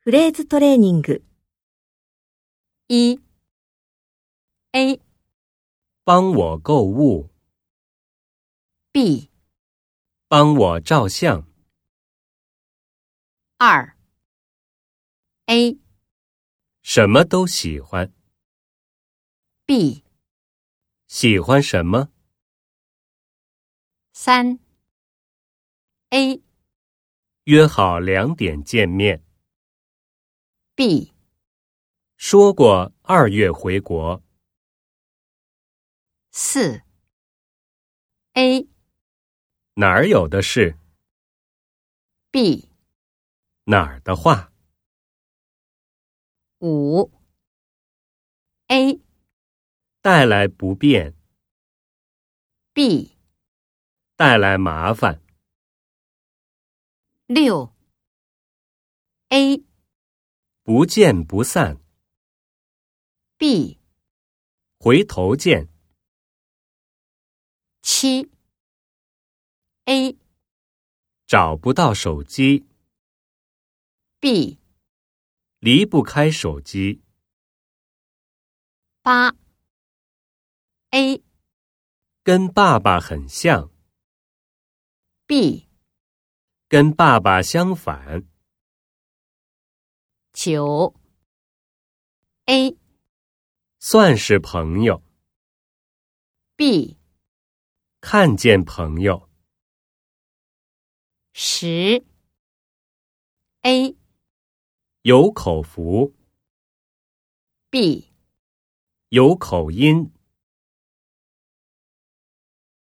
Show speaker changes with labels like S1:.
S1: フレーズトレーニング。
S2: 一 A
S3: 帮我购物，
S2: B
S3: 帮我照相，
S2: 二 A
S3: 什么都喜欢。
S2: B
S3: 喜欢什么？
S2: 三 A
S3: 约好两点见面。
S2: B
S3: 说过二月回国。
S2: 四 A
S3: 哪儿有的事，
S2: B
S3: 哪儿的话。
S2: 五 A
S3: 带来不便，
S2: B
S3: 带来麻烦。
S2: 六 A
S3: 不见不散，
S2: B
S3: 回头见。
S2: 七 A
S3: 找不到手机，
S2: B
S3: 离不开手机。
S2: 八 A
S3: 跟爸爸很像，
S2: B
S3: 跟爸爸相反。
S2: 九 A
S3: 算是朋友，
S2: B
S3: 看见朋友，
S2: 十 A
S3: 有口福，
S2: B
S3: 有口音。